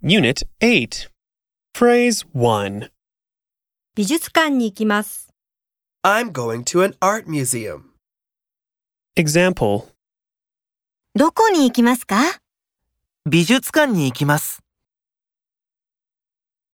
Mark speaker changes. Speaker 1: Unit 8. Phrase 1.
Speaker 2: 美術館に行きます。
Speaker 3: I'm going to an art museum.
Speaker 1: Example.
Speaker 2: どこに行きますか
Speaker 4: 美術館に行きます。